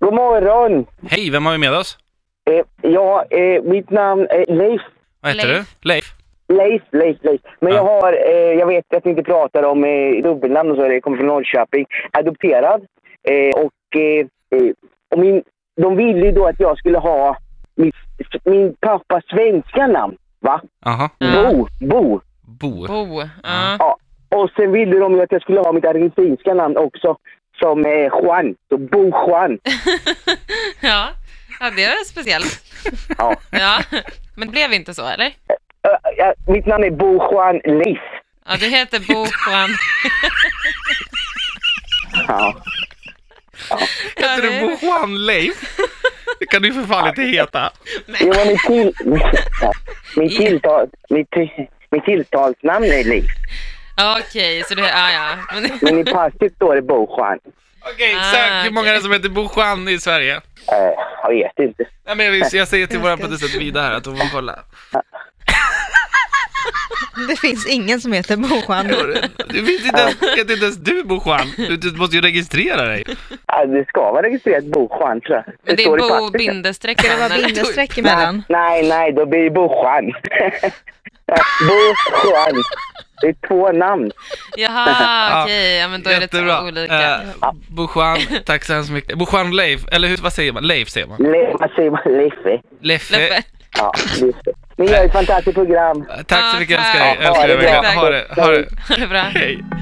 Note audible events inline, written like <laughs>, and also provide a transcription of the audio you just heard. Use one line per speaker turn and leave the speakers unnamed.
God morgon!
Hej, vem har vi med oss?
Eh, ja, eh, mitt namn är Leif.
Vad heter
Leif.
du? Leif?
Leif, Leif, Leif. Men
Ja.
jag har, eh, jag vet att ni inte pratar om eh, dubbelnamn och så, det kommer från Norrköping. Adopterad. Eh, och, eh, eh, och min, de ville ju då att jag skulle ha mitt, min pappas svenska namn. Va?
Jaha.
Ja.
Bo, Bo.
Bo.
Bo. Ja.
Ja. Och sen ville de ju att jag skulle ha mitt argentinska namn också. Som eh, Juan. Så Bo Juan.
<laughs> ja. Ja, det är speciellt.
Ja.
Ja. Men det blev inte så, eller?
Eh, ja, mitt namn är Bo Juan Leif.
Ja, du heter Bo Juan.
Ja.
Ja,
<laughs> Heter du
det-
Bo Juan Leif? Det kan du ju för fan inte heta.
Det var mitt, till,
<laughs>
mitt, tilltal, mitt, till- mitt tilltalsnamn är Leif,
Ja, okej, så du... Ja, ja. Men,
men i passet står det Bojuan.
Okej,
Ah,
sök. Hur
okej.
många är det som heter Bo Juan i Sverige?
Eh, jag vet inte.
Nej, men jag, vill- jag säger till vår producent Vida här att hon får kolla.
Det finns ingen som heter Bohan.
Du vet inte ens, vet inte ens du Bo Juan. Du, du måste ju registrera dig.
Ja, det ska vara registrerat Bojuan tror jag.
men det
står i
är Bo
passet.
bindestreck.
Ska det vara bindestreck emellan?
Nej, nej, nej, då blir det Bojuan. <laughs> Ja, Bojuan. Det är två namn.
Jaha, okej. Ja, men då är det
Jättebra.
två olika.
Eh, Bo Juan, tack så hemskt mycket. Bo Juan Leif, eller hur, vad säger man? Leif säger man.
Le- Vad säger man? Leffe.
Leffe.
Leffe.
Ja, just det. Ni gör ett fantastiskt program.
Tack så
Ja,
mycket,
Ah, tack.
älskar dig.
Ja,
Älskar dig
ha det
verkligen.
bra.
Ha det, ha det.
Ha det <laughs> bra.
Hej.